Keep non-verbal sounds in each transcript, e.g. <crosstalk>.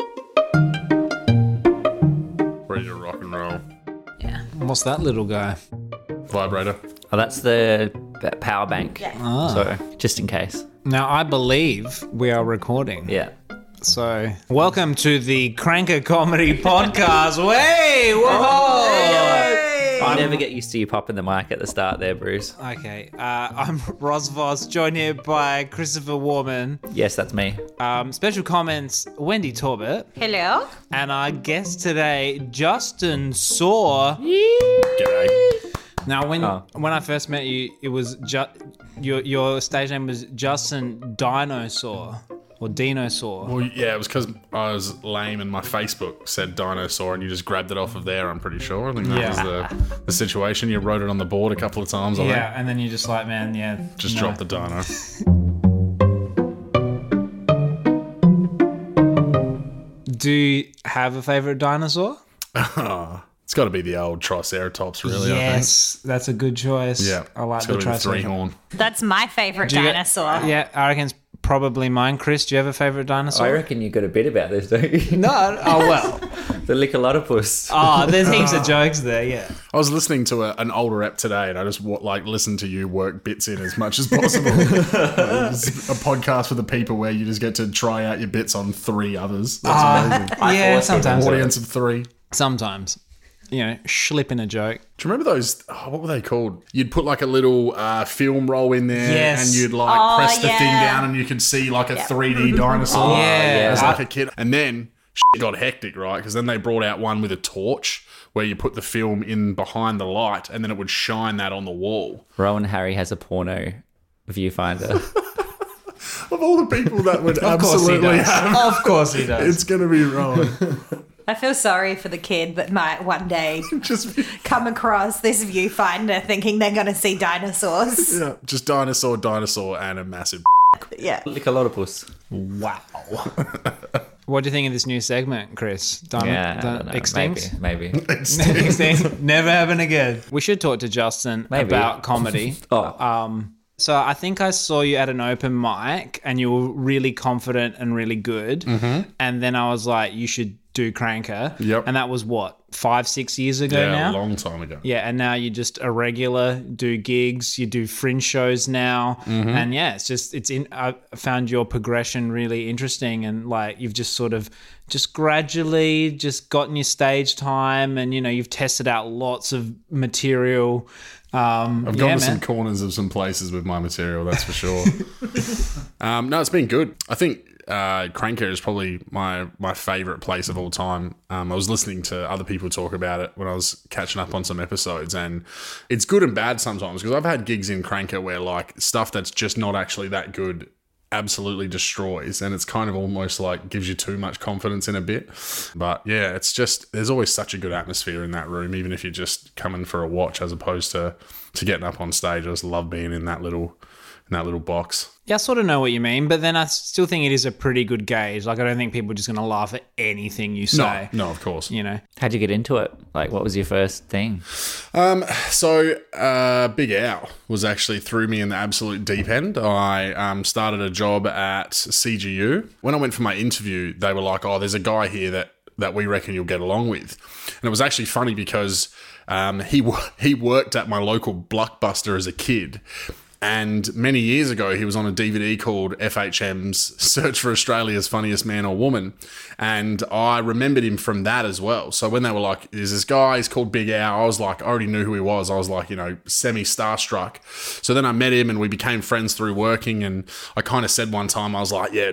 ready Mm. to rock and roll. Yeah. What's that little guy? Vibrator. Oh, that's the that power bank. Yeah. So just in case. Now, I believe we are recording. Yeah. So, welcome to the Cranker Comedy Podcast. <laughs> Hey, whoa! I never get used to you popping the mic at the start there, Bruce. Okay, uh, I'm Ros Voss, joined here by Christopher Warman. Yes, that's me. Um, special comments, Wendy Torbett. Hello. And our guest today, Justin Saw. G'day. Now, when Oh. when I first met you, it was ju- your your stage name was Justin Dinosaur or Dinosaur. Well, yeah, it was because I was lame and my Facebook said dinosaur, and you just grabbed it off of there. I'm pretty sure. I think that Yeah. was the, the situation. You wrote it on the board a couple of times. I Yeah, think. and then you just like, man, yeah, Just no. drop the dino. Do you have a favorite dinosaur? it's got to be the old Triceratops, really. yes, that's a good choice. I think. Yeah. I like it's the gotta be the three triceratops. horn. That's my favorite Do you get- dinosaur. Yeah, I reckon it's probably mine. Chris, do you have a favorite I dinosaur? reckon you got a bit about this, don't you? no. Oh well. <laughs> the <laughs> Lickalotopus. Oh, there's heaps of jokes there. Yeah. I was listening to a, an older rep today, and I just wa- like listened to you work bits in as much as <laughs> possible. Like, it's a podcast for the people where you just get to try out your bits on three others. That's Ah. amazing. yeah, sometimes. Audience of three. Do Sometimes, you know, slipping a joke. you remember those? Oh, what were they called? You'd put like a little uh, film roll in there, Yes. and you'd like Oh, press the thing yeah. down, and you could see like a 3D dinosaur. <laughs> yeah. as like a kid, and then. Shit got hectic, right? Because then they brought out one with a torch where you put the film in behind the light, and then it would shine that on the wall. Rowan Harry has a porno <laughs> viewfinder. Of all the people that <laughs> would Of course he absolutely does. have, Of course he does. it's going to be wrong. I feel sorry for the kid that might one day <laughs> just, come across this viewfinder thinking they're going to see dinosaurs. <laughs> yeah, just dinosaur, dinosaur, and a massive. yeah. Lickalotopus. <laughs> Wow. what do you think of this new segment, Chris? Done, Yeah. I don't know. extinct? Maybe. <laughs> Maybe. extinct. Never happen again. We should talk to Justin Maybe. <laughs> about comedy. Oh. Um, so I think I saw you at an open mic and you were really confident and really good. And then I was like, you should do Cranker. Mm-hmm. Yep. And that was what, five, six years ago Yeah, now? a long time ago. Yeah, and now you're just a regular, do gigs, you do fringe shows now, Mm-hmm. and yeah, it's just it's in. I found your progression really interesting, and like you've just sort of just gradually just gotten your stage time, and you know you've tested out lots of material. Um, I've gone yeah, to some man. corners of some places with my material, that's for sure. um, no, it's been good. I think uh, Cranker is probably my my favorite place of all time. Um, I was listening to other people talk about it when I was catching up on some episodes, and it's good and bad sometimes because I've had gigs in Cranker where like stuff that's just not actually that good absolutely destroys and it's kind of almost like gives you too much confidence in a bit but yeah it's just there's always such a good atmosphere in that room even if you're just coming for a watch as opposed to to getting up on stage i just love being in that little in that little box yeah, I sort of know what you mean, but then I still think it is a pretty good gauge. Like I don't think people are just gonna laugh at anything you no say. no of course You know, How'd you get into it? Like, what was your first thing? Um, so uh, Big Owl was actually threw me in the absolute deep end. I um, started a job at CGU. When I went for my interview, they were like, "Oh, there's a guy here that that we reckon you'll get along with," and it was actually funny because um, he wo- <laughs> he worked at my local blockbuster as a kid. And many years ago, he was on a DVD called FHM's Search for Australia's Funniest Man or Woman. And I remembered him from that as well. So when they were like, there's this guy, he's called Big Al, I was like, I already knew who he was. I was like, you know, semi starstruck. So then I met him and we became friends through working. And I kind of said one time, I was like, yeah,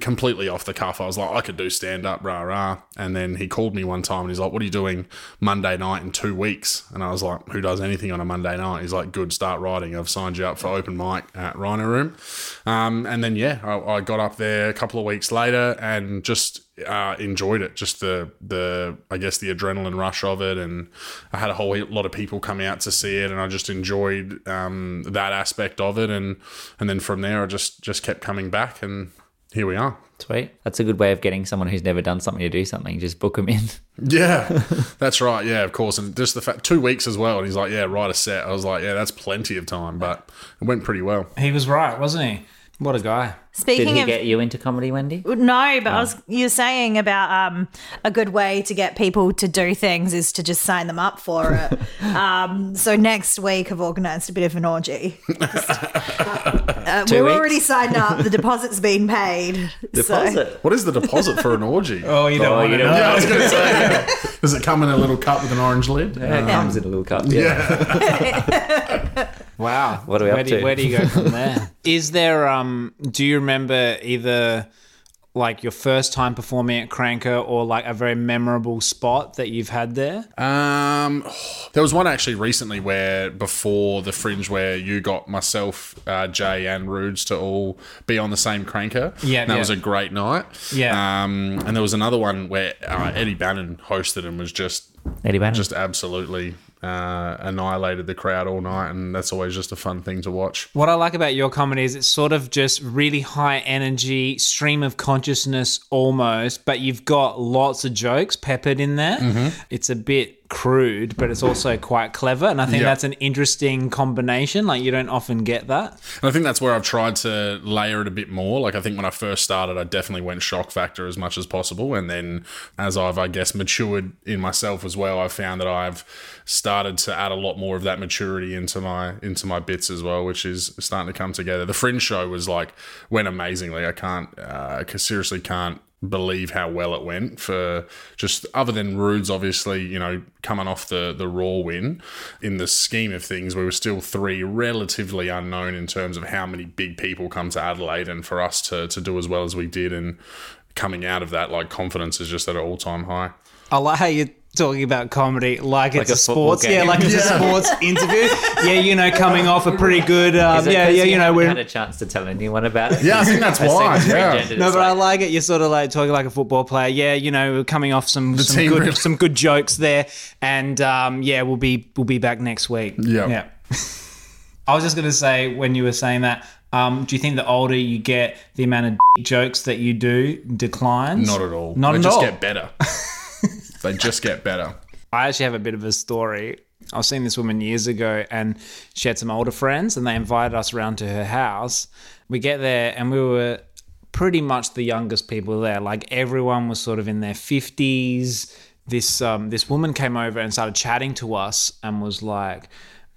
completely off the cuff. I was like, I could do stand up, rah, rah. And then he called me one time and he's like, What are you doing Monday night in two weeks? And I was like, Who does anything on a Monday night? He's like, Good, start writing. I've signed you up for open mic at Rhino Room. Um, and then, yeah, I, I got up there a couple of weeks later and just uh, enjoyed it. Just the, the, I guess, the adrenaline rush of it. And I had a whole lot of people come out to see it and I just enjoyed um, that aspect of it. And, and then from there, I just, just kept coming back and, here we are. Sweet. That's a good way of getting someone who's never done something to do something. Just book them in. Yeah, <laughs> that's right. Yeah, of course. And just the fact, two weeks as well. And he's like, yeah, write a set. I was like, yeah, that's plenty of time, but it went pretty well. he was right, wasn't he? What a guy. Did Speaking he of get you into comedy, Wendy? No, but I Oh. was you're saying about um, a good way to get people to do things is to just sign them up for <laughs> it. um, so next week I've organised a bit of an <laughs> orgy. uh, we're weeks? already signed up. The deposit's been paid. So. What is the deposit for an orgy? <laughs> Oh, you don't Oh, want you to don't know. Yeah, I was going to <laughs> say. yeah. Does it come in a little cup with an orange lid? Yeah, it comes in a little cup. Yeah. Wow. What are we where up do, to? Where do you go from <laughs> there? Is there um do you remember either like your first time performing at Cranker or like a very memorable spot that you've had there? Um, <sighs> there was one actually recently where before the fringe, where you got myself, uh, Jay, and Rudes to all be on the same cranker. Yeah, And that yeah. was a great night. Yeah. Um, and there was another one where uh, Eddie Bannon hosted and was just Eddie Bannon. just absolutely uh, annihilated the crowd all night, and that's always just a fun thing to watch. What I like about your comedy is it's sort of just really high energy, stream of consciousness almost, but you've got lots of jokes peppered in there. It's a bit crude, but it's also quite clever. And I think Yeah. that's an interesting combination. Like, you don't often get that. And I think that's where I've tried to layer it a bit more. Like I think when I first started, I definitely went shock factor as much as possible, and then as I've I guess matured in myself as well, I've found that I've started to add a lot more of that maturity into my into my bits as well, which is starting to come together. The Fringe show was like went amazingly. I can't, uh, I seriously can't believe how well it went for just other than Rudes obviously you know coming off the the raw win in the scheme of things we were still three relatively unknown in terms of how many big people come to Adelaide and for us to to do as well as we did and coming out of that like confidence is just at an all-time high I like how you're talking about comedy like, it's a a, football sports, game. yeah, like <laughs> it's a sports interview. Yeah, you know, coming off a pretty good, um, Is it yeah, 'cause yeah, you know, haven't we're had a chance to tell anyone about it. yeah I think <laughs> that's why yeah No, but I like it. You're sort of like talking like a football player. Yeah, you know, we're coming off some some team good really- some good jokes there, and um, yeah, we'll be we'll be back next week. Yeah. yeah. I was just gonna say when you were saying that, um, do you think the older you get, the amount of jokes that you do declines? not at all Not they at just all. get better <laughs> they just get better I actually have a bit of a story. I was seeing this woman years ago, and she had some older friends, and they invited us around to her house. We get there, and we were pretty much the youngest people there. Like everyone was sort of in their fifties. This um, this woman came over and started chatting to us, and was like.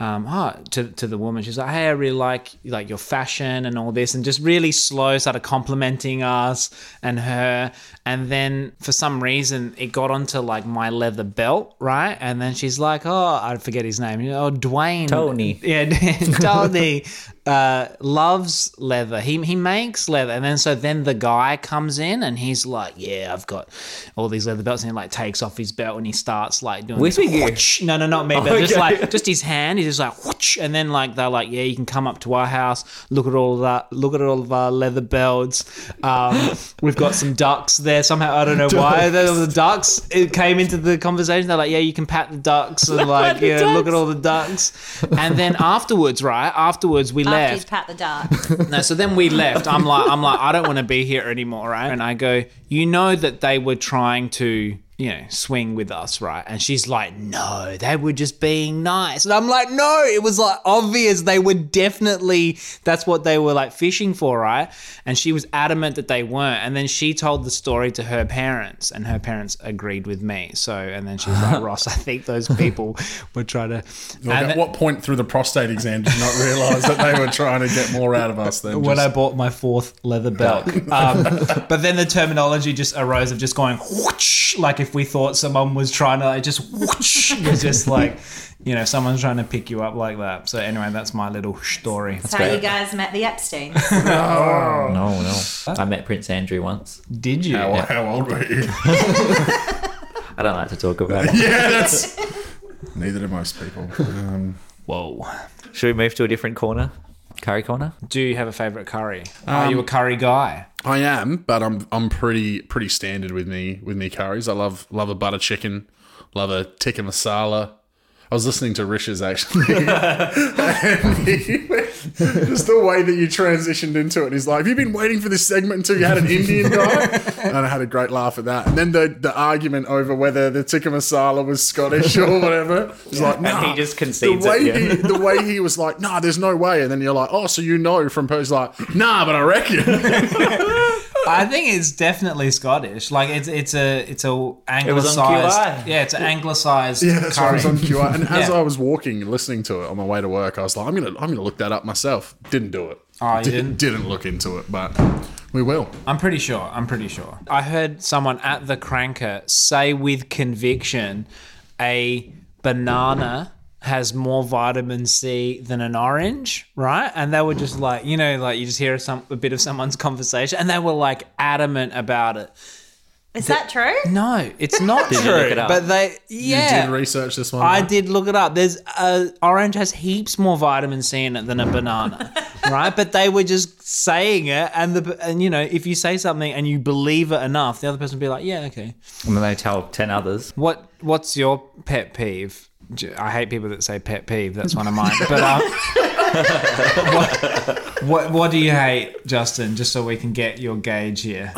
Um, oh, to, to the woman, she's like, "Hey, I really like like your fashion and all this," and just really slow started complimenting us and her. And then for some reason, it got onto like my leather belt, right? And then she's like, "Oh, I forget his name. You know, Oh, Dwayne Tony. yeah, <laughs> Tony uh, loves leather. He he makes leather, and then so then the guy comes in and he's like, "Yeah, I've got all these leather belts," and he like takes off his belt and he starts like doing With this, you? "Whoosh." No, no, not me, but just Okay. like just his hand. He's just like, "Whoosh," and then like they're like, "Yeah, you can come up to our house. Look at all that. Look at all of our leather belts. Um, <laughs> we've got some ducks there somehow. I don't know why the, the ducks it came into the conversation. They're like, "Yeah, you can pat the ducks <laughs> and like the yeah, look at ducks. all." all the ducks. And then afterwards, right? Afterwards, we After he's left. pat the dark. No, so then we left. I'm like, I'm like, I don't want to be here anymore, right? And I go, you know that they were trying to, you know, swing with us, right? And she's like, no, they were just being nice. And I'm like, no, it was like obvious they were definitely that's what they were like fishing for, right? And she was adamant that they weren't. And then she told the story to her parents, and her parents agreed with me. So, and then she's like, Ross, I think those people were trying to. Like, And at what point through the prostate exam did you not realise that they were trying to get more out of us than when just- I bought my fourth leather belt. <laughs> um, but then the terminology just arose of just going whoosh, like if we thought someone was trying to like just whoosh, <laughs> it was just like you know someone's trying to pick you up like that. So anyway, that's my little story. That's how you guys met the Epstein. No, no. I met Prince Andrew once. Did you? How, how old were you? I don't like to talk about it. yeah, that's. <laughs> Neither do most people. Um, Whoa. Should we move to a different corner? Curry corner? Do you have a favorite curry? Are you a curry guy? I am, but I'm I'm pretty pretty standard with me with me curries. I love love a butter chicken, love a tikka masala. I was listening to Rish's actually. <laughs> and he, <laughs> just the way that you transitioned into it. He's like, Have you been waiting for this segment until you had an Indian <laughs> guy? And I had a great laugh at that. And then the, the argument over whether the tikka masala was Scottish or whatever. He's like, And nah. he just concedes the it, way yeah. he, The way he was like, Nah, there's no way. And then you're like, Oh, so you know from Poe's like, Nah, but I reckon. I think it's definitely Scottish. Like it's it's a it's a was on anglicized. QI. Yeah, it's an anglicized Yeah, that's what I curry. was on QR. And as Yeah. I was walking and listening to it on my way to work, I was like, I'm gonna I'm gonna look that up myself. Didn't do it. Oh, you Di- didn't? didn't look into it, but we will. I'm pretty sure. I'm pretty sure. I heard someone at the cranker say with conviction, a banana has more vitamin C than an orange, right? And they were just like, you know, like you just hear some a bit of someone's <laughs> conversation, and they were like adamant about it. Is that true? No, it's not Did you true. look it up? But they, yeah, You did research this one. I though? did look it up. There's a orange has heaps more vitamin C in it than a banana, right? But they were just saying it, and the and you know if you say something and you believe it enough, the other person will be like, yeah, okay. And then they tell 10 others. What what's your pet peeve? J- I hate people that say pet peeve. That's one of <laughs> mine. But um, what, what what do you hate, Justin? Just so we can get your gauge here.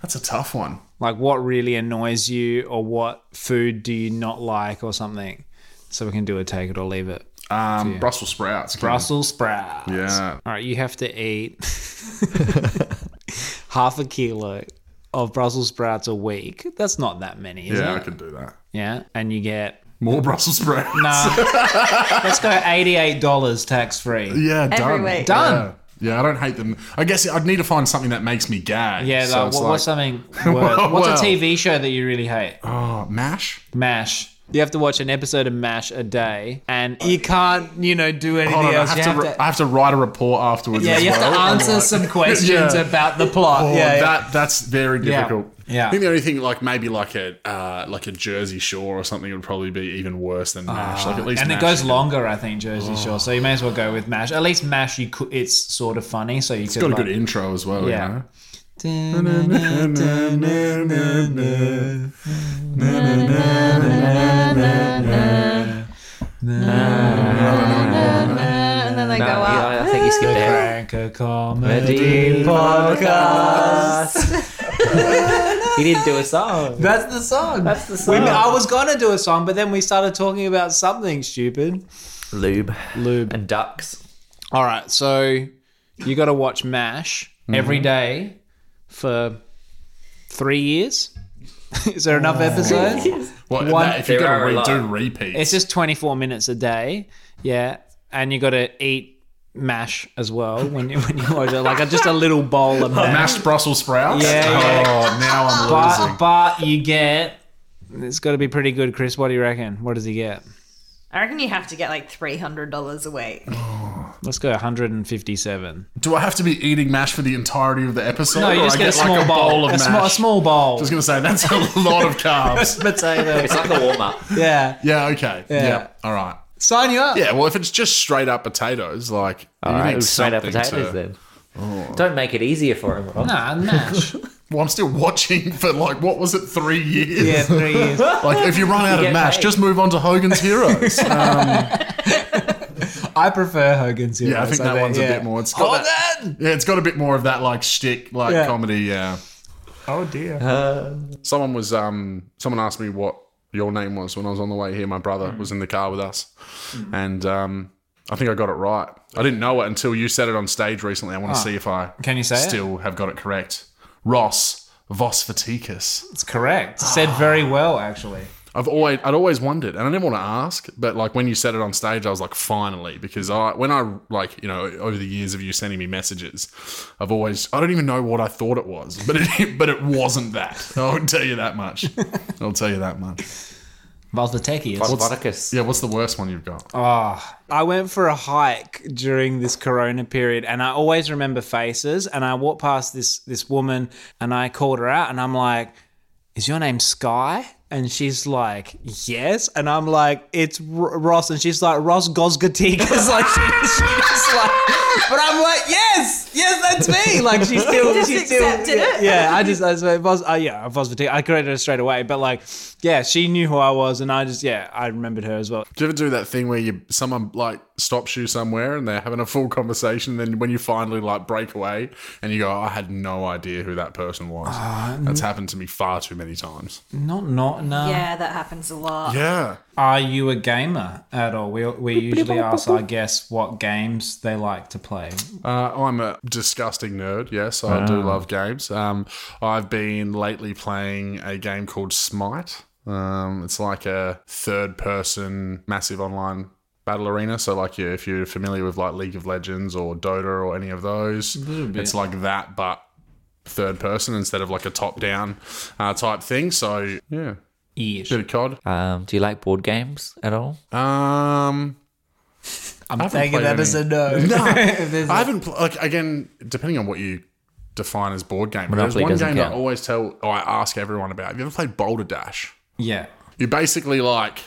That's a tough one. Like what really annoys you, or what food do you not like, or something. So we can do a take it or leave it. Um, Brussels sprouts. Ken. Brussels sprouts. Yeah. All right, you have to eat <laughs> half a kilo of Brussels sprouts a week. That's not that many, is Yeah, I it? could do that. Yeah. And you get More Brussels sprouts. nah. <laughs> let's go eighty-eight dollars tax-free. <laughs> Yeah, done. week. Done. Yeah. yeah, I don't hate them. I guess I'd need to find something that makes me gag. Yeah. so like, it's what, what's like, <laughs> something? Worse? What's well. a TV show that you really hate? oh, mash. Mash. You have to watch an episode of Mash a day, and you can't, you know, do anything Hold on, I else. have, You to, have re- to- I have to write a report afterwards. yeah, as you have well. to I'm <laughs> answer like- some <laughs> questions Yeah. about the plot. Oh, Uh, yeah, yeah. that that's very difficult. Yeah. I think the only thing like maybe like a uh, like a Jersey Shore or something would probably be even worse than Mash. Like at least Uh, and it Mash Oh. goes you can- longer, I think, Jersey Shore. So you may as well go with Mash. At least Mash, you could, it's sort of funny, so you It's could. got a good intro as well. Yeah. Yeah. You <laughs> know? And then they No, go up. yeah, I think you skipped ahead. Cranker Comedy comedy. <laughs> podcast. he didn't do a song. That's the song. That's the song. I was gonna do a song, but then we started talking about something stupid. Lube. Lube. And ducks. All right, so you got to watch Mash every Mm-hmm. day for three years. <laughs> Is there enough episodes? Well, One- that, if you're There gonna are a re- lot. do repeats, It's just 24 minutes a day. Yeah. And you got to eat mash as well when you, when you order, like a, just a little bowl <laughs> of mash. mashed Brussels sprouts. Yeah, yeah. Oh, now I'm But, losing. but you get, it's got to be pretty good, Chris. What do you reckon? What does he get? I reckon you have to get like three hundred dollars a week. Let's go 157. Do I have to be eating mash for the entirety of the episode? No, you or just I get, a like, small bowl. of a, mash. sm- a small I bowl. was gonna say that's a lot of <laughs> carbs. <laughs> Potato. It's like a warm up. yeah. yeah. Okay. Yeah. Yeah. All right. Sign you up. Yeah. Well, if it's just straight up potatoes, like All you right, need straight up something potatoes to- Oh. then. Don't make it easier for him, Rob. Nah, <laughs> mash. Well, I'm still watching for like what was it, three years? yeah, three years. <laughs> Like if you run out of get mash, paid. just move on to Hogan's <laughs> Heroes. Um, I prefer Hogan's Heroes. yeah, I think that one's a bit more. It's got that- Hogan! Yeah, it's got a bit more of that like shtick, like Yeah. comedy. Yeah. Oh, dear. Someone was um someone asked me what your name was when I was on the way here. My brother Mm. was in the car with us, and um I think I got it right. I didn't know it until you said it on stage recently. I want to see if I Ah. Can you say it? still have got it correct. Ross Vosfatikis. It's correct. Said very well, actually. I've always I'd always wondered, and I didn't want to ask, but like when you said it on stage, I was like, finally, because I when I like you know over the years of you sending me messages, I've always I don't even know what I thought it was, but it <laughs> but it wasn't that. I'll tell you that <laughs> much. I'll tell you that much. Valvatecchi. Vodicus. Yeah, what's the worst one you've got? Oh, I went for a hike during this corona period and I always remember faces and I walked past this this woman and I called her out and I'm like, "Is your name Sky?" And she's like, yes. And I'm like, it's R- Ross. And she's like, Ross Gosgatikas. <laughs> like, she, she's like, but I'm like, yes, yes, that's me. Like, she's still, Just she's still, accepted yeah, it. yeah, I just, I was, like, Vos, uh, yeah, Vos Gatikas. I corrected her straight away. But like, yeah, she knew who I was. And I just, yeah, I remembered her as well. Do you ever do that thing where you someone like stops you somewhere and they're having a full conversation, then when you finally like break away and you go, I had no idea who that person was. That's happened to me far too many times. Not, not, no. Yeah, that happens a lot. Uh-huh. Yeah. Are you a gamer at all? We, we usually ask our guests what games they like to play. Uh, I'm a disgusting nerd. Yes, I do love games. Um, I've been lately playing a game called Smite. Um, it's like a third-person massive online battle arena. So, like, you, if you're familiar with like League of Legends or Dota or any of those, it's like that, but third person instead of like a top-down uh, type thing. So, yeah, Ish. bit of COD. Um, do you like board games at all? Um, I'm haven't taking played that any. as <laughs> a no. <laughs> I haven't pl- like again, depending on what you define as board game. but There's Monopoly one doesn't game that I count. always tell, or I ask everyone about. Have you ever played Boulder Dash? yeah. You basically like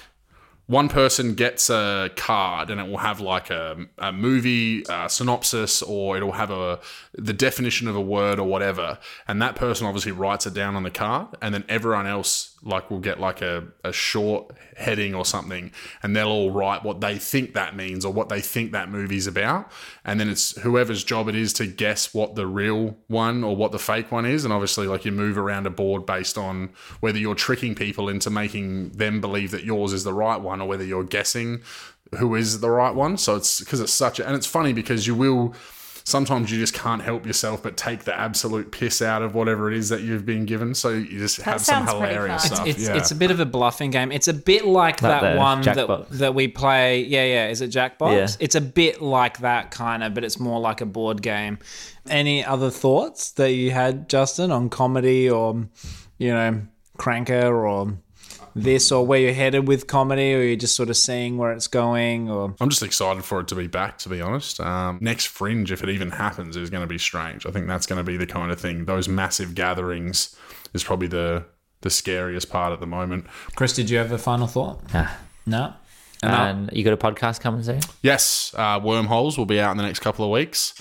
one person gets a card and it will have like a, a movie uh synopsis or it'll have a the definition of a word or whatever and that person obviously writes it down on the card and then everyone else like will get like a, a short heading or something and they'll all write what they think that means or what they think that movie's about and then it's whoever's job it is to guess what the real one or what the fake one is and obviously like you move around a board based on whether you're tricking people into making them believe that yours is the right one or whether you're guessing who is the right one so it's because it's such a, and it's funny because you will sometimes you just can't help yourself but take the absolute piss out of whatever it is that you've been given so you just have some sounds pretty hilarious fun. stuff It's yeah it's a bit of a bluffing game. It's a bit like, Like that the one Jackbox. that that we play. Yeah, yeah. Is it Jackbox? Yeah. It's a bit like that kind of, but it's more like a board game. Any other thoughts that you had, Justin, on comedy or you know, cranker or this or where you're headed with comedy, or you're just sort of seeing where it's going, or I'm just excited for it to be back, to be honest. Um, next Fringe, if it even happens, is going to be strange. I think that's going to be the kind of thing. Those massive gatherings is probably the the scariest part at the moment. Chris? Did you have a final thought? Nah. No. And you got a podcast coming soon? Yes, uh, Wormholes will be out in the next couple of weeks.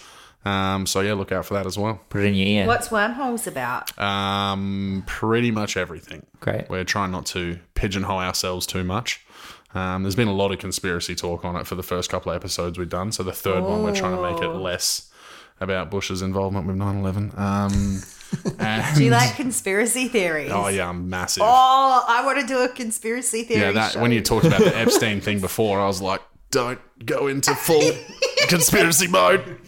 Um, so yeah, look out for that as well. Put it in your ear. What's wormholes about? Um, pretty much everything. Great. We're trying not to pigeonhole ourselves too much. Um, there's been a lot of conspiracy talk on it for the first couple of episodes we've done. So the third one, we're trying to make it less about Bush's involvement with 9 11. Um, and- Do you like conspiracy theories? Oh, yeah, I'm massive. Oh, I want to do a conspiracy theory. yeah, that show. when you talked about <laughs> the Epstein thing before, I was like, don't go into full <laughs> conspiracy mode.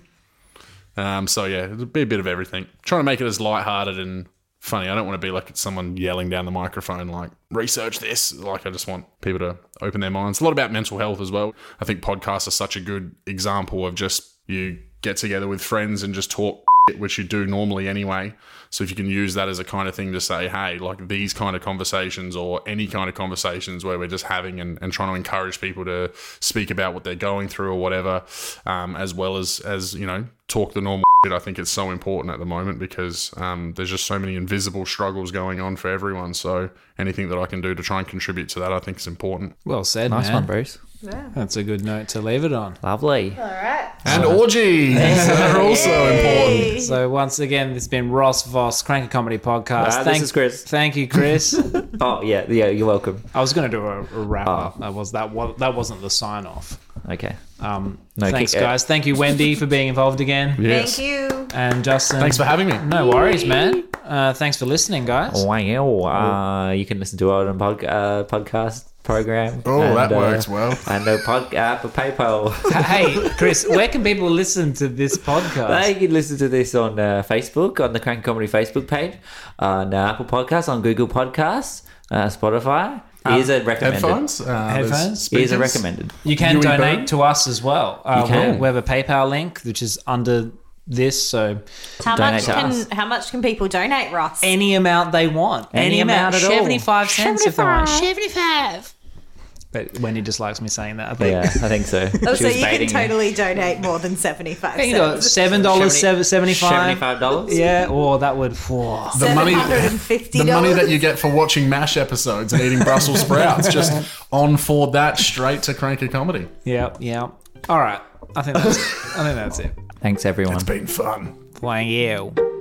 Um, so yeah, it'll be a bit of everything. Trying to make it as lighthearted and funny. I don't want to be like someone yelling down the microphone like research this. Like I just want people to open their minds. A lot about mental health as well. I think podcasts are such a good example of just you get together with friends and just talk shit, which you do normally anyway. So if you can use that as a kind of thing to say, hey, like these kind of conversations or any kind of conversations where we're just having and, and trying to encourage people to speak about what they're going through or whatever, um, as well as as you know talk the normal shit, I think it's so important at the moment because um, there's just so many invisible struggles going on for everyone. So anything that I can do to try and contribute to that, I think is important. Well said, nice man. one, Bruce. That's a good note to leave it on. Lovely. All right. And orgies are also important. So once again, it's been Ross Voss, Cranker Comedy Podcast. Uh, this is Chris. Thank you, <laughs> Chris. Oh, yeah. Yeah, you're welcome. I was going to do a, a wrap up. That was that. Was, that wasn't the sign off. Okay. Um, No, thanks, kick- guys. Thank you, Wendy, for being involved again, Yes. Thank you. and Justin. Thanks for having me. No worries, man. Uh, thanks for listening, guys. Oh. Wow. Uh, you can listen to it on pod- uh, podcast program. Oh, that uh, works well. And the pod- uh, for <laughs> PayPal. hey, Chris, where can people listen to <laughs> this podcast? Uh, You can listen to this on uh, Facebook, on the Crank Comedy Facebook page, on uh, Apple Podcasts, on Google Podcasts, uh, Spotify. Here's a recommended. Um, Headphones. Uh, there's Headphones? Here's a speakers. recommended. You can Yui donate Bone? to us as well. Uh, You can. we- We have a PayPal link, which is under this. So How Donate much to can us. how much can people donate, Ross? any amount they want, Any amount at all. 75 cents if they want. 75. But Wendy just likes me saying that. I think. Yeah, I <laughs> think so. Oh, She so was you can baiting me. totally donate more than 75 I think it was cents. seven dollars seventy five. $75? Yeah. Oh, that would. whoa. The money, $750. the money that you get for watching MASH episodes and eating Brussels sprouts, just on for that straight to Cranker Comedy. Yeah. Yeah. <laughs> All right. I think that's. I think that's it. Thanks, everyone. It's been fun. Thank you.